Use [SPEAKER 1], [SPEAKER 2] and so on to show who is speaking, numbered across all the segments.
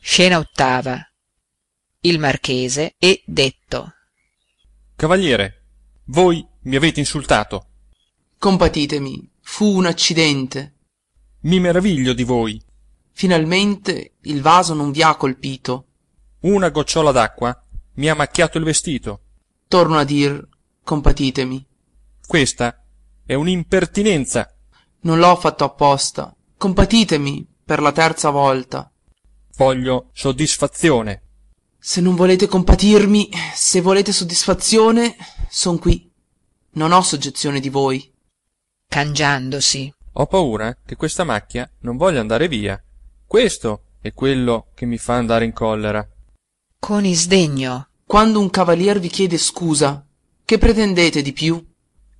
[SPEAKER 1] scena ottava il marchese e detto
[SPEAKER 2] cavaliere voi mi avete insultato
[SPEAKER 3] compatitemi fu un accidente
[SPEAKER 2] i meraviglio di voi
[SPEAKER 3] finalmente il vaso non vi ha colpito
[SPEAKER 2] una gocciola d'acqua mi ha macchiato il vestito
[SPEAKER 3] torno a dir compatitemi
[SPEAKER 2] questa è un'impertinenza
[SPEAKER 3] non l'ho fatto apposta compatitemi per la terza volta
[SPEAKER 2] voglio soddisfazione
[SPEAKER 3] se non volete compatirmi se volete soddisfazione son qui non ho soggezione di voi
[SPEAKER 1] cangiandosi
[SPEAKER 2] ho paura che questa macchia non voglia andare via questo è quello che mi fa andare in collera
[SPEAKER 1] con isdegno
[SPEAKER 3] quando un cavalier vi chiede scusa che pretendete di più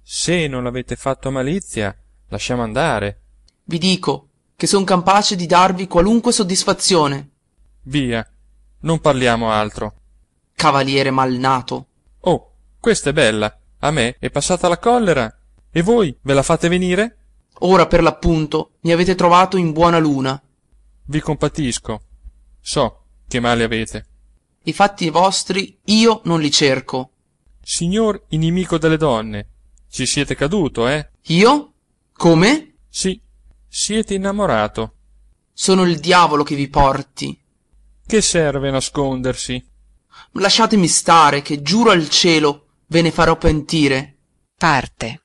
[SPEAKER 2] se non l'avete fatto a malizia lasciamo andare
[SPEAKER 3] vi dico che son capace di darvi qualunque soddisfazione
[SPEAKER 2] via non parliamo altro
[SPEAKER 3] cavaliere malnato
[SPEAKER 2] oh questa è bella a me è passata la collera e voi ve la fate venire
[SPEAKER 3] ora per l'appunto mi avete trovato in buona luna
[SPEAKER 2] vi compatisco so che male avete
[SPEAKER 3] i fatti vostri io non li cerco
[SPEAKER 2] signor inimico delle donne ci siete caduto eh
[SPEAKER 3] io come
[SPEAKER 2] sì siete innamorato
[SPEAKER 3] sono il diavolo che vi porti
[SPEAKER 2] che serve nascondersi
[SPEAKER 3] lasciatemi stare che giuro al cielo ve ne farò pentire
[SPEAKER 1] parte